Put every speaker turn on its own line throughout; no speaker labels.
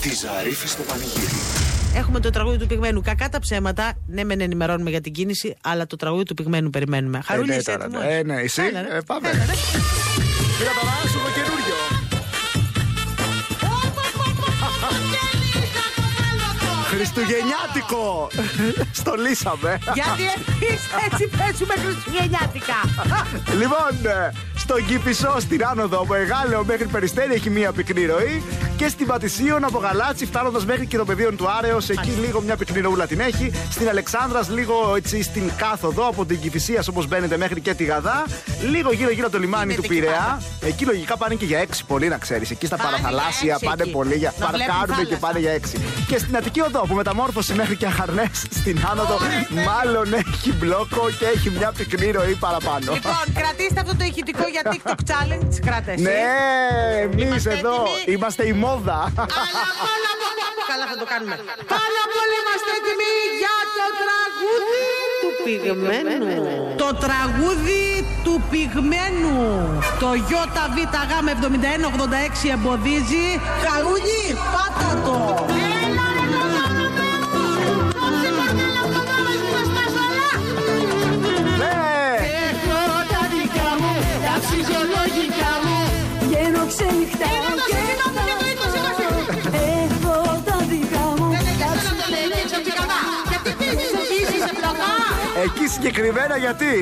Τη Ζαρίφη στο πανηγύρι.
Ε,
Έχουμε το τραγούδι του πυγμένου. Κακά τα ψέματα. Ναι, μεν ενημερώνουμε για την κίνηση, αλλά το τραγούδι του πυγμένου περιμένουμε. Χαρούλη,
ναι,
είσαι
τώρα,
έτοιμος?
ναι. Ε, ναι, εσύ.
Έλα, ρε.
Ε, πάμε.
Έλα, ρε.
Πήγα τώρα, σου το καινούριο. Χριστουγεννιάτικο! Στολίσαμε.
Γιατί εμείς έτσι παίζουμε χριστουγεννιάτικα.
Λοιπόν, ε, στον Κηπισό στην άνοδο από Εγάλεο μέχρι Περιστέρι έχει μία πυκνή ροή. Και στην Πατησίων από Γαλάτσι φτάνοντας μέχρι και το πεδίο του Άρεος, εκεί λίγο μια πυκνή ροούλα την έχει. Στην Αλεξάνδρας λίγο έτσι στην κάθοδο από την Κηφισίας όπως μπαίνετε μέχρι και τη Γαδά. Λίγο γύρω-γύρω από το λιμάνι
Είναι
του
εκεί
Πειραιά.
πάντα.
Εκεί λογικά πάνε και για έξι πολύ να ξέρεις. Εκεί στα
Πάνε για
παραθαλάσσια
έξι
πάνε
εκεί.
πολύ για
Να βλέπουν
παρκάρουν και
θάλασσα.
πάνε για έξι. Και στην Αττική Οδό που μεταμόρφωση μέχρι και Αχαρνέ στην άνοδο,
ναι.
μάλλον έχει μπλόκο και έχει μια πυκνή ροή παραπάνω.
Λοιπόν, κρατήστε αυτό το ηχητικό για TikTok challenge. Κράτε εσύ.
Ναι, εμείς
Είμαστε
εδώ
έτοιμοι.
είμαστε η μόδα.
Αλλά πάρα πολύ- Καλά θα το κάνουμε. Πάρα πολύ είμαστε έτοιμοι για το τραγούδι του πυγμένου. Το τραγούδι του πυγμένου. Το ΙΒΓ7186 εμποδίζει. Χαρούλη, πάτα το.
Ναι,
Έχω τα δικά μου, τα ψυχολογικά μου Βγαίνω ξενυχτάω και φτάω. Έχω τα δικά μου, τα ψυχολογικά μου Ξεφύσεις σε πλακά
εκεί συγκεκριμένα γιατί.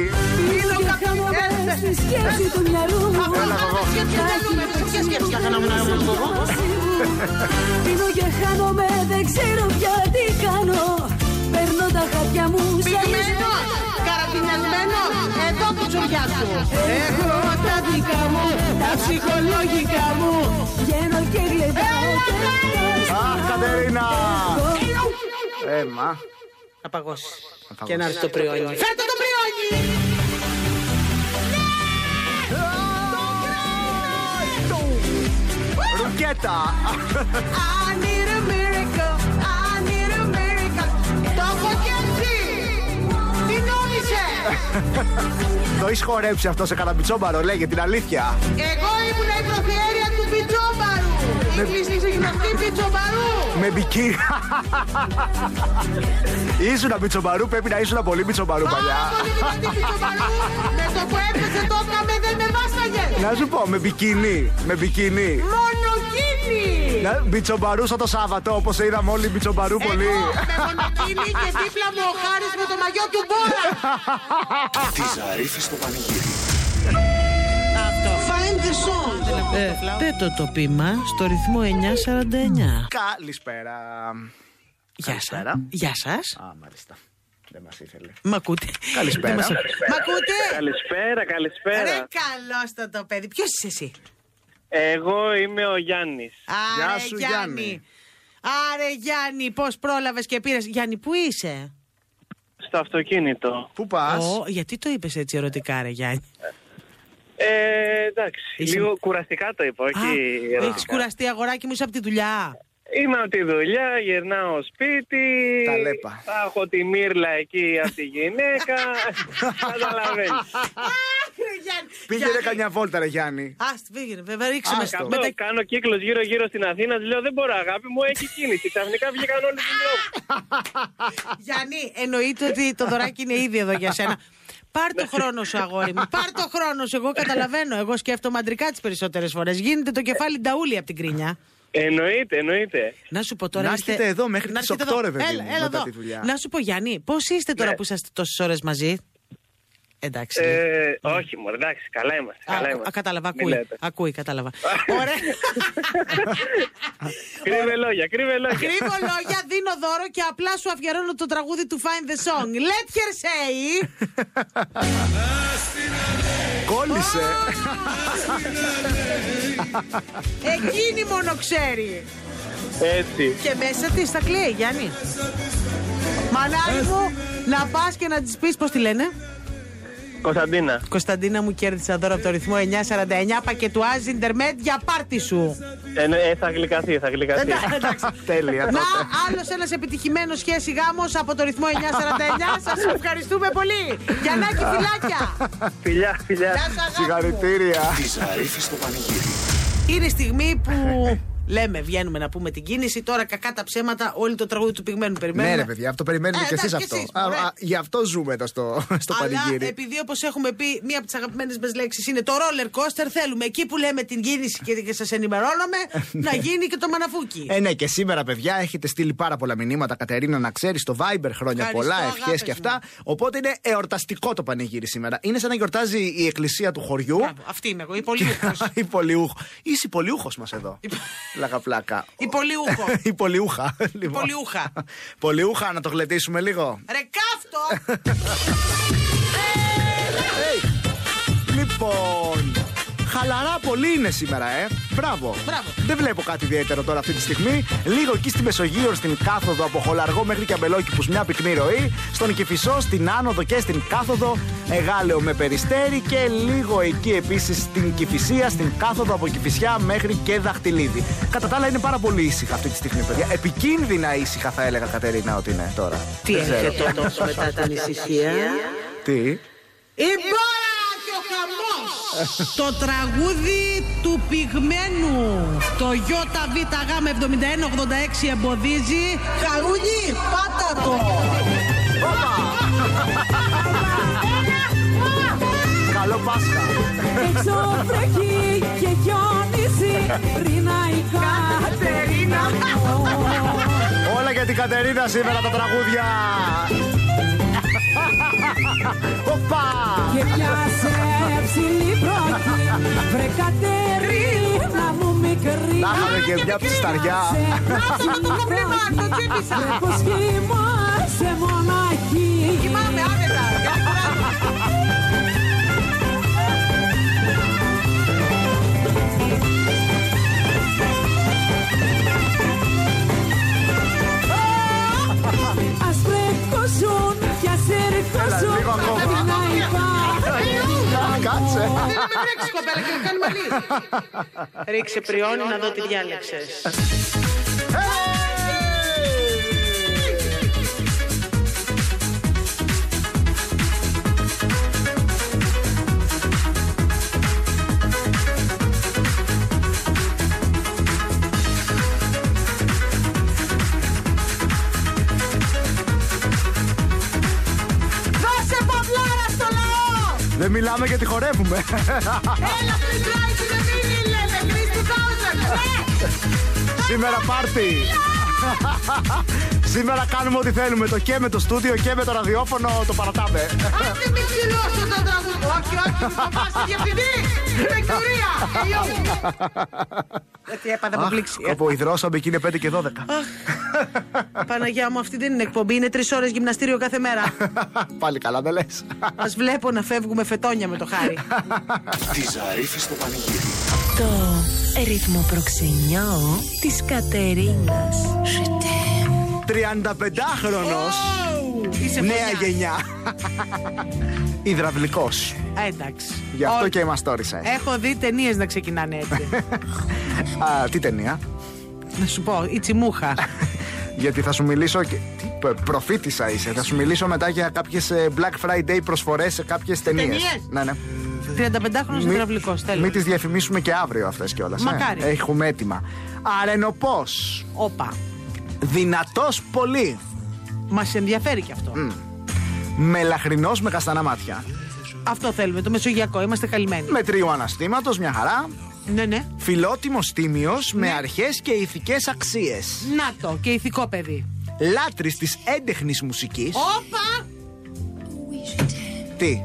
Πίσω και χαμογελά στη σκέψη του μυαλού μου Πίνω και χάνομαι, δεν ξέρω πια τι κάνω Παίρνω τα χαρτιά μου, σε
Πυγμένο, καραπινιασμένο, εδώ που τσουριά σου.
Έχω τα δικά μου, τα ψυχολόγικα μου Βγαίνω και γλεντάω και
Αχ, Κατερίνα.
φτάσω.
Έμα.
Να παγώσεις. Ε,
παγώσει.
Και να έρθει το πριόνι. Φέρτε το πριόνι!
Ρουκέτα.
I need a miracle, I need a miracle. Το έχω κερδίσει. Τι νόμιζε.
Το έχεις χορέψει αυτό σε καραμπιτσόμπαρο, λέγε την αλήθεια.
Εγώ ήμουν η προφιέρεια του Πιτσόμπαρου.
Ναι.
Η κλειστή συγγνωστή Πιτσόμπαρου.
Με μπικί. Ήσουνα μπιτσομπαρού, πρέπει να ήσουν πολύ μπιτσομπαρού
Πάρα
παλιά.
πολύ δυνατή Πιτσόμπαρου. Με το που έπεσε το έκαμε δεν με βάσταγε.
Να σου πω, με μπικίνι. Με μπικίνι.
Μόνο κίνη.
Να- Μπιτσομπαρού σαν το Σάββατο, όπως είδαμε όλοι μπιτσομπαρού πολύ.
Εγώ με μονοκίνη και δίπλα μου ο Χάρης με το μαγιό του Μπόρα.
Τη Ζαρίφη στο πανηγύρι.
Find the song. Πέτω το πείμα στο ρυθμό 949.
Καλησπέρα.
Γεια σας.
Καλησπέρα.
Γεια σας.
Α, μάλιστα. Δεν μας ήθελε.
Μ' ακούτε.
Καλησπέρα.
Δεν μας ακούτε. Μ' ακούτε.
Καλησπέρα,
Ρε ε,
καλησπέρα.
καλός το παιδί. Ποιος είσαι εσύ.
Εγώ είμαι ο Γιάννης.
Γεια
Άρε
σου,
Γιάννη.
Γιάννη.
Άρε Γιάννη, πώς πρόλαβες και πήρες. Γιάννη, πού είσαι.
Στο αυτοκίνητο.
Πού πας.
Ω, γιατί το είπες έτσι ερωτικά, ρε Γιάννη.
Ε, εντάξει.
Είσαι-
Λίγο κουραστικά το είπα, όχι. ερωτικά.
Έχει κουραστεί αγοράκι μου, είσαι από τη δουλειά.
Είμαι από τη δουλειά, γυρνάω σπίτι.
Τα λέπα.
Θα έχω τη μύρλα εκεί από τη γυναίκα. Καταλαβαίνεις.
Αχ, ρε Γιάννη.
Πήγαινε
Γιάννη.
κανιά βόλτα, ρε Γιάννη.
Α, πήγαινε, βέβαια, ρίξε μες
Άστο.
με τα-
Κάνω κύκλος γύρω-γύρω στην Αθήνα. της Λέω δεν μπορώ, αγάπη μου, έχει κίνηση. Ξαφνικά βγήκαν όλοι του δρόμου.
Γιάννη, εννοείται ότι το δωράκι είναι ήδη εδώ για σένα. Πάρ το χρόνο σου, αγόρι μου. Πάρ το χρόνο σου. Εγώ καταλαβαίνω. Εγώ σκέφτομαι αντρικά τις περισσότερες φορές. Γίνεται το κεφάλι νταούλι από την κρίνια.
Εννοείται, εννοείται.
Να σου πω τώρα.
Να
είστε-
έρχεται εδώ μέχρι
να
τις
έρχεται
οκτώ,
εδώ.
ρε παιδί
Έλα,
μου,
έλα
μετά
εδώ.
τη δουλειά.
Να σου πω, Γιάννη, πώς είστε τώρα
Ναι.
που είσαστε τόσες ώρες μαζί. Εντάξει.
Ε, όχι, μου εντάξει, καλά είμαστε.
Α,
Καλά
α,
είμαστε.
κατάλαβα,
Μη
ακούει.
λέτε.
Ακούει, κατάλαβα. Ωραία.
Κρύβε λόγια, κρύβε λόγια.
Κρύβω λόγια, δίνω δώρο και απλά σου αφιερώνω το τραγούδι του Find the Song. Let her say.
Κόλλησε.
Εκείνη μόνο ξέρει.
Έτσι.
Και μέσα της τα κλαίει, Γιάννη. Μανάρι μου, να πας και να της πεις πώς τη λένε.
Κωνσταντίνα.
Κωνσταντίνα μου κέρδισα δώρο από το ρυθμό 949 πακετουάζ Ιντερνετ για πάρτι σου.
Ε, ναι, ε, θα γλυκαθεί, θα γλυκαθεί.
Εντάξει, εντάξει.
Τέλεια
Να,
τότε.
άλλος ένας επιτυχημένος σχέση γάμος από το ρυθμό 949. Σας ευχαριστούμε πολύ. Γιαννάκη, φυλάκια.
φιλιά, φιλιά.
Γεια σου, αγάπη μου.
Συγχαρητήρια.
Τη Ζαρίφη στο πανηγύρι.
Είναι η στιγμή που Λέμε, βγαίνουμε να πούμε την κίνηση. Τώρα κακά τα ψέματα, όλη το τραγούδι του πυγμένου περιμένουμε.
Ναι, ρε παιδιά, αυτό περιμένετε
Ε,
κι εσεί
εντάξει,
αυτό.
κι εσείς, ωραία.
Α, α, γι' αυτό ζούμε εδώ στο, στο
Αλλά
πανηγύρι.
επειδή όπως έχουμε πει, μία από τις αγαπημένες μας λέξεις είναι το roller coaster, θέλουμε εκεί που λέμε την κίνηση και, και σας ενημερώνομαι να γίνει και το μαναφούκι.
Ε, ναι, και σήμερα, παιδιά, έχετε στείλει πάρα πολλά μηνύματα. Κατερίνα, να ξέρεις, στο Viber χρόνια
Ευχαριστώ,
πολλά, ευχές
αγάπες
και
μου.
αυτά. Οπότε είναι εορταστικό το πανηγύρι σήμερα. Είναι σαν να γιορτάζει η εκκλησία του χωριού.
Μπράβο, αυτή είμαι εγώ, η πολιούχος.
Η πολιούχο. Είσαι πολιούχος μας εδώ.
Η-
Λαγαπλάκα.
Η πολιούχο.
Η πολιούχα. λοιπόν.
πολιούχα.
Πολιούχα, να το γλεντήσουμε λίγο.
Ρε κάφτο!
Λοιπόν, χαλαρά πολύ είναι σήμερα, ε. Μπράβο.
Μπράβο.
Δεν βλέπω κάτι ιδιαίτερο τώρα αυτή τη στιγμή. Λίγο εκεί στη Μεσογείο, στην κάθοδο από Χολαργό μέχρι και Αμπελόκηπους μια πυκνή ροή. Στον Κηφισό, στην άνοδο και στην κάθοδο. Εγάλεο με περιστέρι και λίγο εκεί επίσης στην Κηφισία, στην κάθοδο από Κηφισιά μέχρι και Δαχτυλίδη. Κατά τα άλλα είναι πάρα πολύ ήσυχα αυτή τη στιγμή, παιδιά. Επικίνδυνα ήσυχα θα έλεγα, Κατερίνα, ότι είναι τώρα.
Τι έρχεται τόσο μετά την ησυχία.
Τι.
Η μπόρα και ο χαμός. Το τραγούδι του πυγμένου. Το ΙΒΓ7186 εμποδίζει. Χαρούνι, πάτα το.
Καλό Πάσχα.
Έξω βρέχει και χιόνιζει Ρίνα η Κατερίνα
Όλα για την Κατερίνα σήμερα τα τραγούδια. Οπα!
Και πιάσε ψηλή βροχή Βρε Κατερίνα μου
Να
μικρή
είχαμε και μια ψισταριά.
Βρε πως κοιμάσαι μοναχή
Κοιμάμαι άνετα. γιατί κουράζομαι.
Ας βρεχοζούν κι ας ερχοζούν
λίγο ακόμα.
Ρίνα η Κατερίνα
Κάτσε.
Δεν με τρέξει κοπέλα και κάνει μαλλί. Ρίξε πριόνι να δω τι διάλεξες.
Δώσε παυλάρα στο λαό
Δεν μιλάμε γιατί χορεύουμε.
Έλα πριν πλάι με μείνει λέμε Chris
Ε,
2000
Σήμερα πάρτι. Σήμερα κάνουμε ό,τι θέλουμε. Το και με το στούντιο και με το ραδιόφωνο το παρατάμε.
Άντε μην ξυλώσω το τραγούδι. Όχι, όχι, θα πας στη διευθυντή. Ε, Με κυρία. Γιατί έπαθε από πλήξη.
ε, Κοποϊδρώσαμε και είναι 5 και 12.
Παναγιά μου, αυτή δεν είναι εκπομπή. Είναι τρεις ώρες γυμναστήριο κάθε μέρα.
Πάλι καλά δεν λες.
Ας βλέπω να φεύγουμε φετόνια με το χάρι.
Τη Ζαρίφη στο πανηγύρι.
Το ρυθμό προξενιό της Κατερίνας.
35χρονο.
Είσαι
Νέα
φωνιάς.
γενιά. Υδραυλικός.
Α, Ε, Εντάξει.
Γι' αυτό
Ό,
και μας τόρισε.
Έχω δει ταινίες να ξεκινάνε έτσι.
Α, τι ταινία.
Να σου πω, η τσιμούχα.
Γιατί θα σου μιλήσω. και- τι πε- Προφήτησα είσαι. Θα σου μιλήσω μετά για κάποιες Black Friday προσφορές σε κάποιες ταινίες.
ταινίες?
Ναι, ναι.
35χρονο υδραυλικό,
Μην
θέλω.
τις διαφημίσουμε και αύριο αυτές κιόλας.
Μακάρι.
Έχουμε έτοιμα. Αρενοπός.
Όπα.
Δυνατός πολύ.
Μας ενδιαφέρει και αυτό.
Μελαχρινό με καστανά μάτια.
Αυτό θέλουμε, το μεσογειακό. Είμαστε καλυμμένοι.
Με τρίο αναστήματος, μια χαρά.
Ναι, ναι.
Φιλότιμος τίμιος με αρχές και ηθικές αξίες.
Να το και ηθικό παιδί.
Λάτρης της έντεχνης μουσικής.
Όπα!
Τι,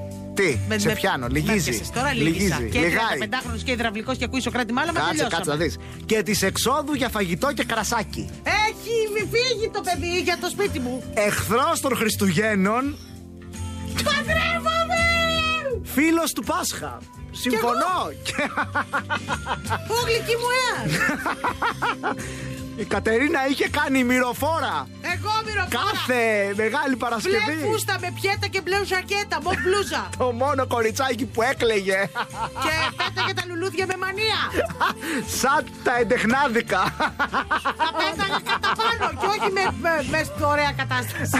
τι, σε πιάνω, λυγίζει.
έπιασες Τώρα λυγίζει. Και
λιγάει.
35χρονο και υδραυλικό και ακούει Σοκράτη μάλλον με
Κάτσε, κάτσε να
τελειώσαμε.
δεις. Και της εξόδου για φαγητό και κρασάκι.
Έχει φύγει το παιδί για το σπίτι μου.
Εχθρός των Χριστουγέννων. Παντρεύομαι! Φίλος του Πάσχα. Συμφωνώ. Και
Πού γλυκή μου ε! έ!
η Κατερίνα είχε κάνει μυροφόρα.
Εγώ μυροφόρα.
Κάθε μεγάλη
Μπλε
Παρασκευή.
φούστα με πιέτα και μπλε ζακέτα, μο μπλούζα.
Το μόνο κοριτσάκι που έκλαιγε.
και πέταγε τα λουλούδια με μανία.
Σαν τα εντεχνάδικα.
Τα πέταγε κατά πάνω και όχι με, με, με στο ωραία κατάσταση.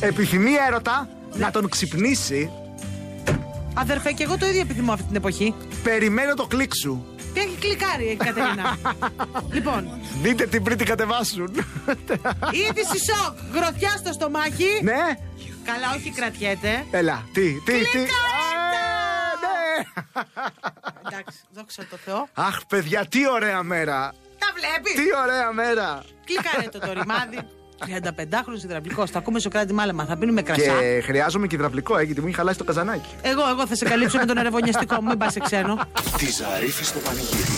Επιθυμεί έρωτα
Ναι.
να τον ξυπνήσει.
Αδερφέ, και εγώ το ίδιο επιθυμώ αυτή την εποχή.
Περιμένω το κλικ σου.
Τι έχει κλικάρει η Κατερίνα. λοιπόν,
Δείτε την πριν την κατεβάσουν.
είδηση σοκ. Γροθιά στο στομάχι.
ναι,
Καλά, όχι κρατιέται.
έλα. Τι, τι, τι.
Κλικάρτα!
Ε, ναι.
Εντάξει, δόξα τω Θεώ.
Αχ, παιδιά, τι ωραία μέρα.
Τα βλέπεις.
Τι ωραία μέρα.
Κλικάρε το το ρημάδι. 35χρονο υδραυλικός. Θα ακούμε Σοκράτη Μάλεμα. Θα πίνουμε κρασά.
Και χρειάζομαι και υδραυλικό, ε, γιατί μου έχει χαλάσει το καζανάκι.
Εγώ, εγώ θα σε καλύψω με τον ερευνητικό μου. Μην πας σε ξένο.
Τη Ζαρίφη στο πανηγύρι.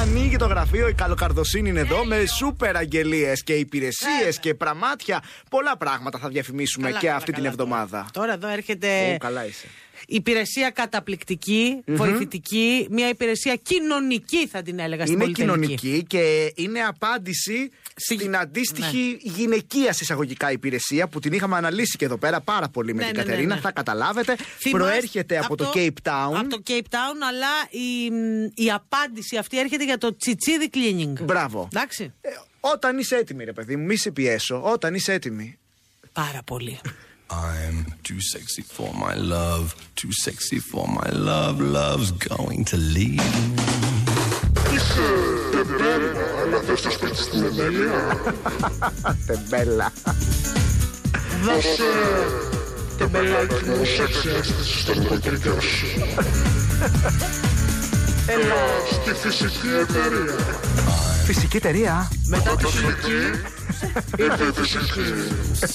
Ανοίγει το γραφείο, η καλοκαρδοσύνη είναι εδώ με σούπερ αγγελίες και υπηρεσίες και πραμάτια. Πολλά πράγματα θα διαφημίσουμε
Ναι. Καλά,
και
καλά,
αυτή την
καλά
εβδομάδα.
Τώρα εδώ έρχεται
Ω, καλά είσαι.
υπηρεσία καταπληκτική, βοηθητική, μια υπηρεσία κοινωνική θα την έλεγα στην
Είναι
πολυτεχνική.
κοινωνική και είναι απάντηση
Στη- Ναι.
στην αντίστοιχη γυναικεία εισαγωγικά υπηρεσία που την είχαμε αναλύσει και εδώ πέρα πάρα πολύ με
Ναι,
την
ναι, ναι,
Κατερίνα.
ναι.
Θα καταλάβετε.
Θυμάστε-
Προέρχεται από το Cape Town.
Από το Cape Town, αλλά η, η απάντηση αυτή έρχεται για το τσιτσίδι cleaning.
Μπράβο.
Εντάξει.
Ε, Όταν είσαι έτοιμη, ρε παιδί μου, μη σε πιέσω. Όταν είσαι έτοιμη.
Πάρα πολύ.
I'm too sexy for my love, too sexy for my love, love's going to leave. me.
Τεμπέλα. Φυσική εταιρεία.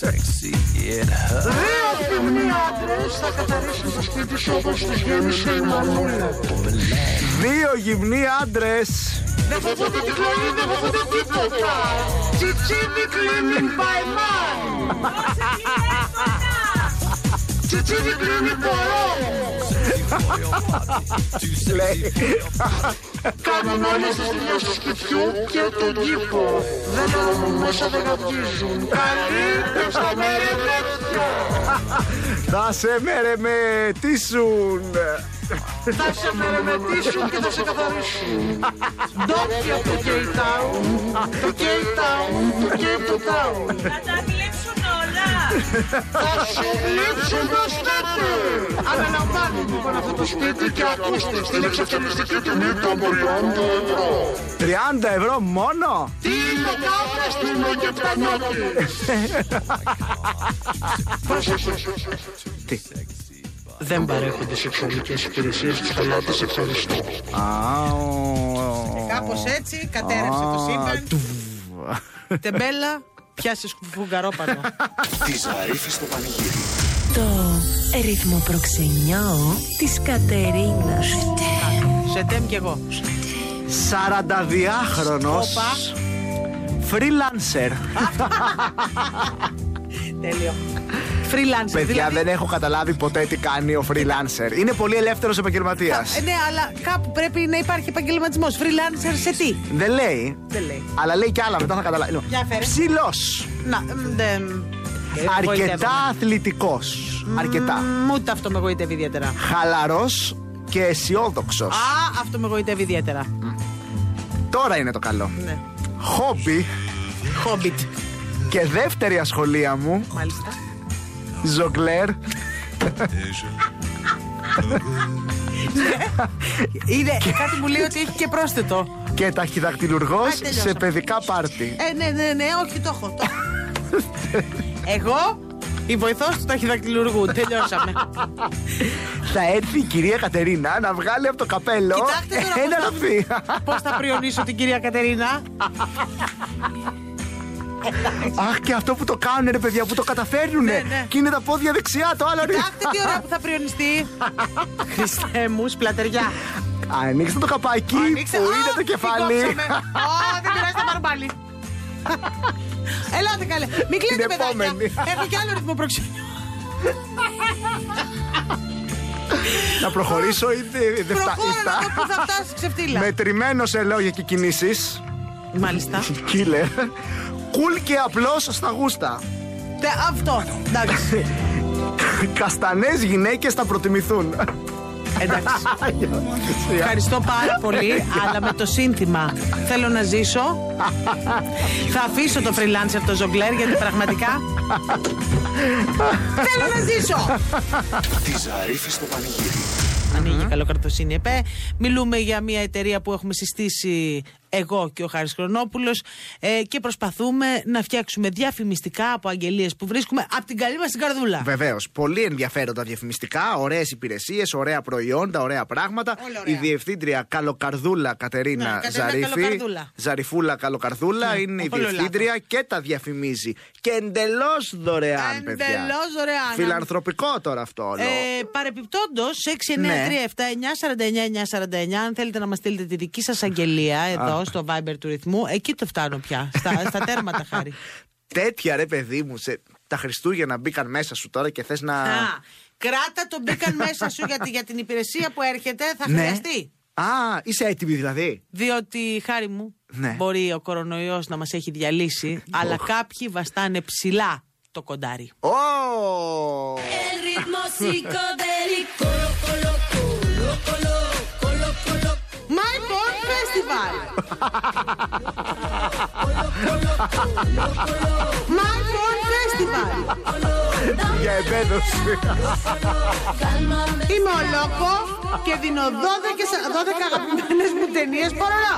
Sexy, it hurts.
Δύο γυμνοί άντρες.
Too sexy.
Θα σε μερεμετήσουν. Θα σε μερεμετήσουν και θα σε καθαρίσουν. Το Cape Town, το Cape Town, το Cape Town. Αναλαμβάνουμε από αυτό το σπίτι και ακούστε στην εξαφανιστική τιμή των 30 ευρώ μόνο. Τι.
Δεν παρέχονται. Κάπω έτσι κατέρευσε το σύμπαν. Τεμπέλα, πιάσε φουγγαρόπανο.
Τη Ζαρίφη στο πανηγύρι.
Το ρυθμό προξενιό της Κατερίνας.
Σε τέμ κι εγώ.
42χρονο
Όπα.
freelancer.
Τέλειο. Freelancer.
Παιδιά,
δηλαδή.
δεν έχω καταλάβει ποτέ τι κάνει ο freelancer. Είναι πολύ ελεύθερος επαγγελματίας.
Ε, ναι, αλλά κάπου πρέπει να υπάρχει επαγγελματισμός. Freelancer σε τι.
Δεν λέει,
Δεν λέει.
αλλά λέει κι άλλα μετά θα καταλάβει.
Για φέρε. Ε,
Ψηλός.
Να, μ, δεν. Ε,
Αρκετά αθλητικό. Αρκετά.
Μ, Ούτε αυτό με εγωιτεύει ιδιαίτερα.
Χαλαρός και αισιόδοξος.
Α, αυτό με εγωιτεύει ιδιαίτερα.
Τώρα είναι το καλό.
Ναι.
Χόμπι
Χόμπιτ.
και δεύτερη ασχολία μου,
Μάλιστα.
ζογκλέρ.
Είναι Ναι, κάτι μου λέει ότι έχει και πρόσθετο.
και ταχυδακτηλουργός
Α, τελειώσαμε.
σε παιδικά πάρτι.
Ε, ναι, ναι, ναι, όχι, το έχω. το έχω. Εγώ, η βοηθός του ταχυδακτηλουργού. Τελειώσαμε.
Θα έρθει η κυρία Κατερίνα να βγάλει από το καπέλο
Κοιτάξτε τώρα πώς
ένα
θα-
ραβδί.
Πώς θα πριονίσω την κυρία Κατερίνα.
Αχ, και αυτό που το κάνουν, ρε παιδιά, που το καταφέρνουνε.
Ναι, ναι.
Και είναι τα πόδια δεξιά, το άλλο είναι.
Κοιτάξτε τι ώρα που θα πριονιστεί. Χριστέ μου, σπλατεριά.
Ανοίξτε το καπάκι
Ανοίξε-
που
Α,
είναι το
την
κεφάλι.
κόψαμε. Ω, δεν πειράζει, θα πάρω πάλι. Ελάτε καλέ. Μην
Την
κλείνετε, παιδάκια.
επόμενη.
Έχω κι άλλο ρυθμό προξενιού.
να προχωρήσω ή δε- δεν φτα- ή
Προχώρα
φτά-
να το που θα φτάσει ξεφτύλα.
Μετρημένος σε λόγια και κινήσεις.
Μάλιστα.
Κίλε. Κουλ και απλός στα γούστα.
Τε, Αυτό. Εντάξει.
Καστανές γυναίκες θα προτιμηθούν.
Εντάξει. Ευχαριστώ πάρα πολύ, αλλά με το σύνθημα θέλω να ζήσω. Θα αφήσω το freelancer το ζογκλέρ γιατί πραγματικά θέλω να ζήσω.
Τη Ζαρίφη στο πανηγύρι.
Ανοίγει η καλοκαρτοσύνη ΕΠΕ. Μιλούμε για μια εταιρεία που έχουμε συστήσει εγώ και ο Χάρης Χρονόπουλος ε, και προσπαθούμε να φτιάξουμε διαφημιστικά από αγγελίες που βρίσκουμε από την καλή μας την καρδούλα.
Βεβαίως. Πολύ ενδιαφέροντα διαφημιστικά, ωραίες υπηρεσίες, ωραία προϊόντα, ωραία πράγματα.
Όλα ωραία.
Η διευθύντρια Καλοκαρδούλα Κατερίνα
Ναι, Κατερίνα
Ζαρίφη.
Καλοκαρδούλα. Ναι,
Ζαριφούλα Καλοκαρδούλα είναι η
όλο
διευθύντρια και τα διαφημίζει. Και εντελώς δωρεάν, παιδιά.
Εντελώς δωρεάν.
Φιλανθρωπικό τώρα αυτό όλο.
Ε, Παρεπιπτόντως,
Ναι.
693-7-9-49-949, αν θέλετε να μας στείλετε τη δική σας αγγελία εδώ στο Viber του ρυθμού, εκεί το φτάνω πια. Στα, στα τέρματα, χάρη.
Τέτοια ρε παιδί μου, σε... τα Χριστούγεννα μπήκαν μέσα σου τώρα και θες να...
Α, κράτα τον μπήκαν μέσα σου γιατί για την υπηρεσία που έρχεται θα
Ναι.
χρειαστεί.
Α, είσαι έτοιμη δηλαδή.
Διότι, χάρη μου,
Ναι.
μπορεί ο κορονοϊός να μας έχει διαλύσει, αλλά κάποιοι βαστάνε ψηλά το κοντάρι.
Ω!
El ritmo psicodélico. Colo, colo, colo, colo, colo,
My Born Festival! My Born Festival!
Για επένδυση.
Είμαι ολόκο και δίνω 12, και σα- 12 αγαπημένες μου ταινίες παρόλα.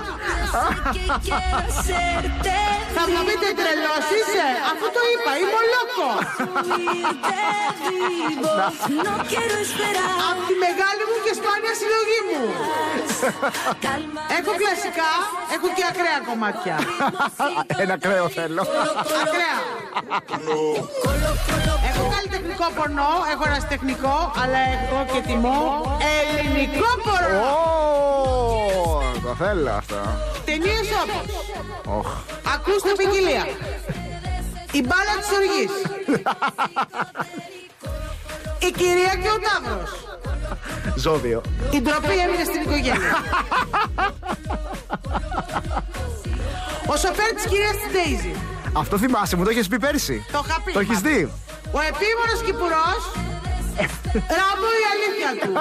que quiero hacerte.
Θα μου πείτε τρελός είσαι, αφού το είπα, είμαι ολόκο.
Subirte vivo. No quiero esperar.
Απ' τη μεγάλη μου και σπάνια συλλογή μου.
Calma.
Έχω κλασικά, έχω και ακραία κομμάτια.
Ένα κρέο θέλω.
Ακραία. Έχω καλλιτεχνικό πορνό, έχω ένα τεχνικό, αλλά έχω και τιμό ελληνικό πορνό.
Ω! Το θέλω αυτό.
Ταινίες όπως.
Οχ.
Ακούστε ποικιλία. Η μπάλα της οργής. Η κυρία και ο Ταύρος.
Ζώδιο.
Η ντροπή έμεινε στην οικογένεια. Ο σοφέρ της κυρίας της Ντέιζη.
Αυτό θυμάσαι, μου το έχεις πει πέρσι.
Το είχα πει.
Το έχεις
μάλλον.
δει.
Ο επίμονος Κυπουρός. Ράμπο η αλήθεια του.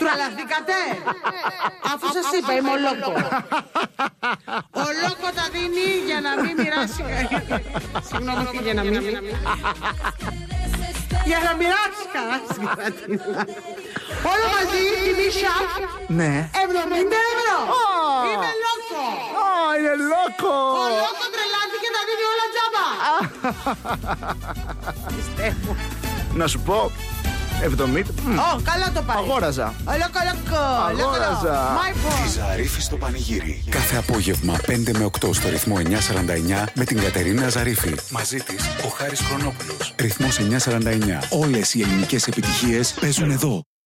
Τρελαθήκατε. Αφού σας είπα είμαι ο Λόκο. Ο Λόκο τα δίνει για να μην μοιράσει. Συγγνώμη, για να μην. Για να μοιράσει καλά στην κρατήνα. Όλο μαζί τιμή σαπ
Ναι.
70 ευρώ.
Ω.
Είμαι Λόκο.
Ω, είναι λόκο!
Ο Λόκο τρελάθηκε τα δίνει όλα τζάμπα.
Να σου πω. 70. Μμ,
Ω, καλά το πάει.
Αγόραζα.
Λόκο, λόκο.
Αγόραζα.
My boy.
Τη Ζαρίφη στο πανηγύρι.
Κάθε απόγευμα 5 με 8 στο ρυθμό 949 με την Κατερίνα Ζαρίφη.
Μαζί της ο Χάρης Χρονόπουλος.
Ρυθμός 949. Όλες οι ελληνικές επιτυχίες παίζουν εδώ.